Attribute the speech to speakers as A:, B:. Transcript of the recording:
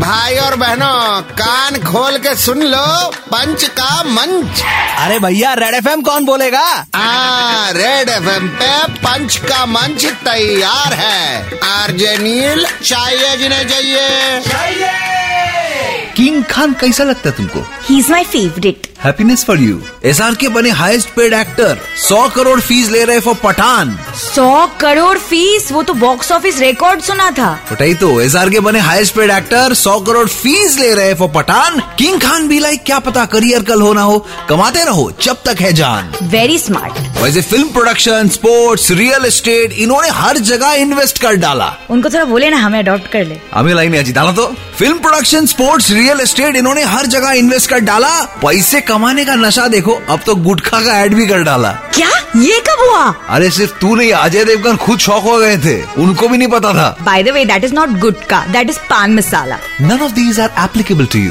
A: भाई और बहनों कान खोल के सुन लो पंच का मंच
B: अरे भैया रेड एफ कौन बोलेगा
A: आ, रेड एफ पे पंच का मंच तैयार है आरजे नील चाहिए जिन्हें चाहिए
C: किंग खान कैसा लगता है तुमको
D: he is my favourite
C: happiness for you
B: S के बने हाईएस्ट पेड एक्टर सौ करोड़ फीस ले रहे फॉर पठान
D: सौ करोड़ फीस वो तो बॉक्स ऑफिस रिकॉर्ड सुना था
B: उठाई तो एस के बने हाईएस्ट पेड एक्टर सौ करोड़ फीस ले रहे फॉर पठान किंग खान भी लाइक क्या पता करियर कल हो ना हो कमाते रहो जब तक है जान
D: वेरी स्मार्ट
B: वैसे film production sports real estate इन्होंने हर जगह इन्वेस्ट कर डाला
D: उनको थोड़ा बोले ना हमें अडॉप्ट कर ले
B: हमें लाइन अजी डाला तो film production sports real estate इन्होंने हर जगह इन्वेस्ट कर डाला पैसे कमाने का नशा देखो अब तो गुटखा का ऐड भी कर डाला
D: क्या ये कब हुआ
B: अरे सिर्फ तू नहीं अजय देवगन खुद शौक हो गए थे उनको भी नहीं पता था
D: by the way that is not gutka that is paan masala
C: none of these are applicable to you